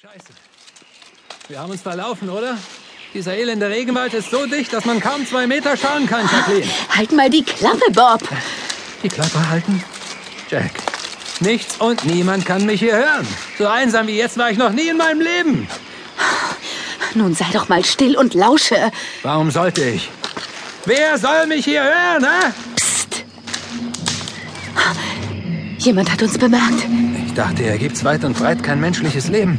Scheiße. Wir haben uns verlaufen, oder? Dieser elende Regenwald ist so dicht, dass man kaum zwei Meter schauen kann, Jacqueline. Halt mal die Klappe, Bob. Die Klappe halten? Jack, nichts und niemand kann mich hier hören. So einsam wie jetzt war ich noch nie in meinem Leben. Nun sei doch mal still und lausche. Warum sollte ich? Wer soll mich hier hören, hä? Psst. Jemand hat uns bemerkt. Ich dachte, hier gibt's weit und breit kein menschliches Leben.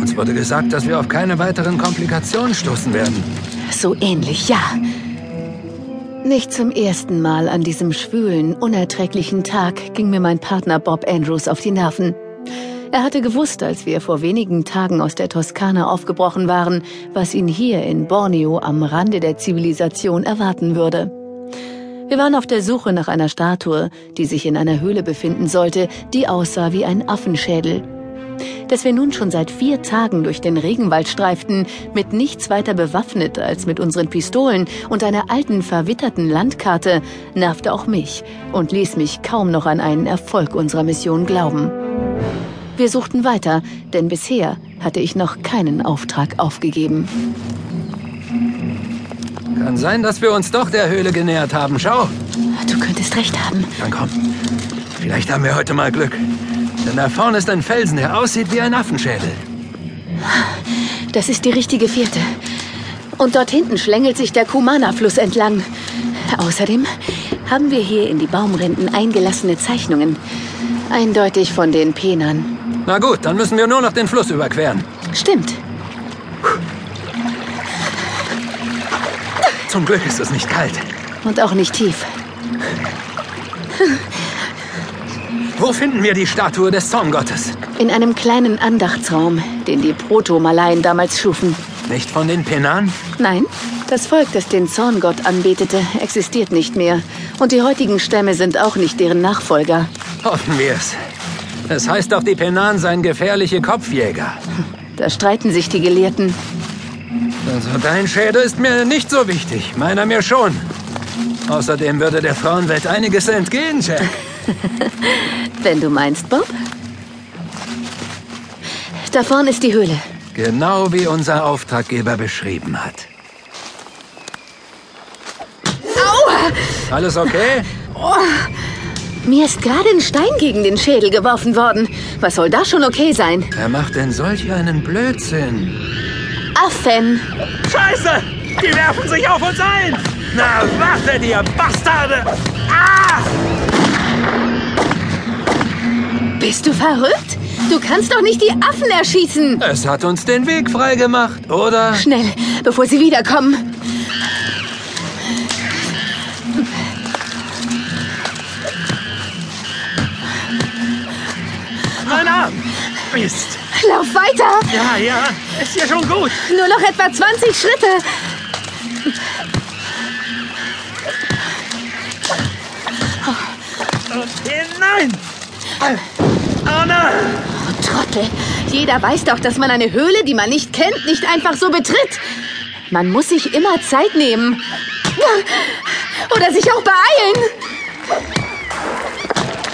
Uns wurde gesagt, dass wir auf keine weiteren Komplikationen stoßen werden. So ähnlich, ja. Nicht zum ersten Mal an diesem schwülen, unerträglichen Tag ging mir mein Partner Bob Andrews auf die Nerven. Er hatte gewusst, als wir vor wenigen Tagen aus der Toskana aufgebrochen waren, was ihn hier in Borneo am Rande der Zivilisation erwarten würde. Wir waren auf der Suche nach einer Statue, die sich in einer Höhle befinden sollte, die aussah wie ein Affenschädel. Dass wir nun schon seit vier Tagen durch den Regenwald streiften, mit nichts weiter bewaffnet als mit unseren Pistolen und einer alten, verwitterten Landkarte, nervte auch mich und ließ mich kaum noch an einen Erfolg unserer Mission glauben. Wir suchten weiter, denn bisher hatte ich noch keinen Auftrag aufgegeben. Kann sein, dass wir uns doch der Höhle genähert haben. Schau. Du könntest recht haben. Dann komm. Vielleicht haben wir heute mal Glück. Denn da vorne ist ein Felsen, der aussieht wie ein Affenschädel. Das ist die richtige Vierte. Und dort hinten schlängelt sich der Kumana-Fluss entlang. Außerdem haben wir hier in die Baumrinden eingelassene Zeichnungen. Eindeutig von den Penern. Na gut, dann müssen wir nur noch den Fluss überqueren. Stimmt. Zum Glück ist es nicht kalt. Und auch nicht tief. Wo finden wir die Statue des Sonnengottes? In einem kleinen Andachtsraum, den die Proto-Malaien damals schufen. Nicht von den Penan? Nein, das Volk, das den Zorngott anbetete, existiert nicht mehr. Und die heutigen Stämme sind auch nicht deren Nachfolger. Hoffen wir es. Es heißt doch, die Penan seien gefährliche Kopfjäger. Da streiten sich die Gelehrten. Also dein Schädel ist mir nicht so wichtig, meiner mir schon. Außerdem würde der Frauenwelt einiges entgehen, Jack. Wenn du meinst, Bob. Da vorn ist die Höhle. Genau wie unser Auftraggeber beschrieben hat. Aua! Alles okay? Mir ist gerade ein Stein gegen den Schädel geworfen worden. Was soll da schon okay sein? Wer macht denn solch einen Blödsinn? Affen. Scheiße! Die werfen sich auf uns ein! Na, wartet, ihr Bastarde! Ah! Bist du verrückt? Du kannst doch nicht die Affen erschießen. Es hat uns den Weg freigemacht, oder? Schnell, bevor sie wiederkommen. Mein Arm! Mist! Lauf weiter. Ja, ja, ist ja schon gut. Nur noch etwa 20 Schritte. Nein! Oh nein! Oh, Trottel. Jeder weiß doch, dass man eine Höhle, die man nicht kennt, nicht einfach so betritt. Man muss sich immer Zeit nehmen. Oder sich auch beeilen.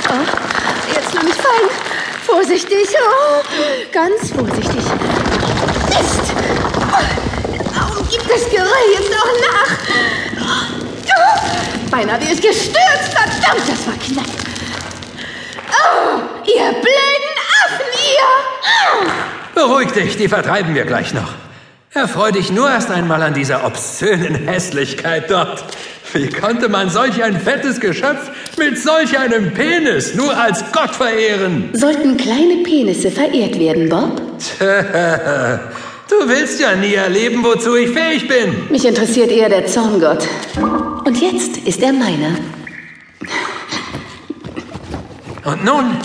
Oh, jetzt noch nicht fallen. Vorsichtig. Oh, ganz vorsichtig. Mist. Oh, gib das Geröll jetzt noch nach. Oh, beinahe bin ich gestürzt. Verdammt, das war knapp. Oh, ihr blöden Affen, ihr! Beruhig dich, die vertreiben wir gleich noch. Erfreu dich nur erst einmal an dieser obszönen Hässlichkeit dort. Wie konnte man solch ein fettes Geschöpf mit solch einem Penis nur als Gott verehren? Sollten kleine Penisse verehrt werden, Bob? Du willst ja nie erleben, wozu ich fähig bin. Mich interessiert eher der Zorngott. Und jetzt ist er meiner. Und nun,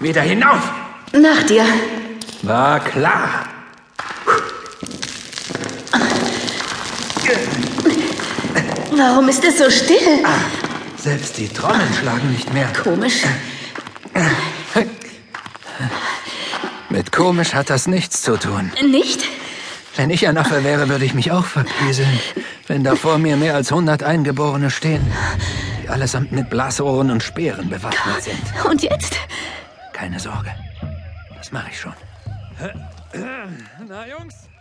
wieder hinauf. Nach dir. War klar. Warum ist es so still? Selbst die Trommeln schlagen nicht mehr. Komisch. Mit komisch hat das nichts zu tun. Nicht? Wenn ich ein Affe wäre, würde ich mich auch verpieseln, wenn da vor mir mehr als 100 Eingeborene stehen, die allesamt mit Blasohren und Speeren bewaffnet sind. Und jetzt? Keine Sorge, das mache ich schon. Na, Jungs,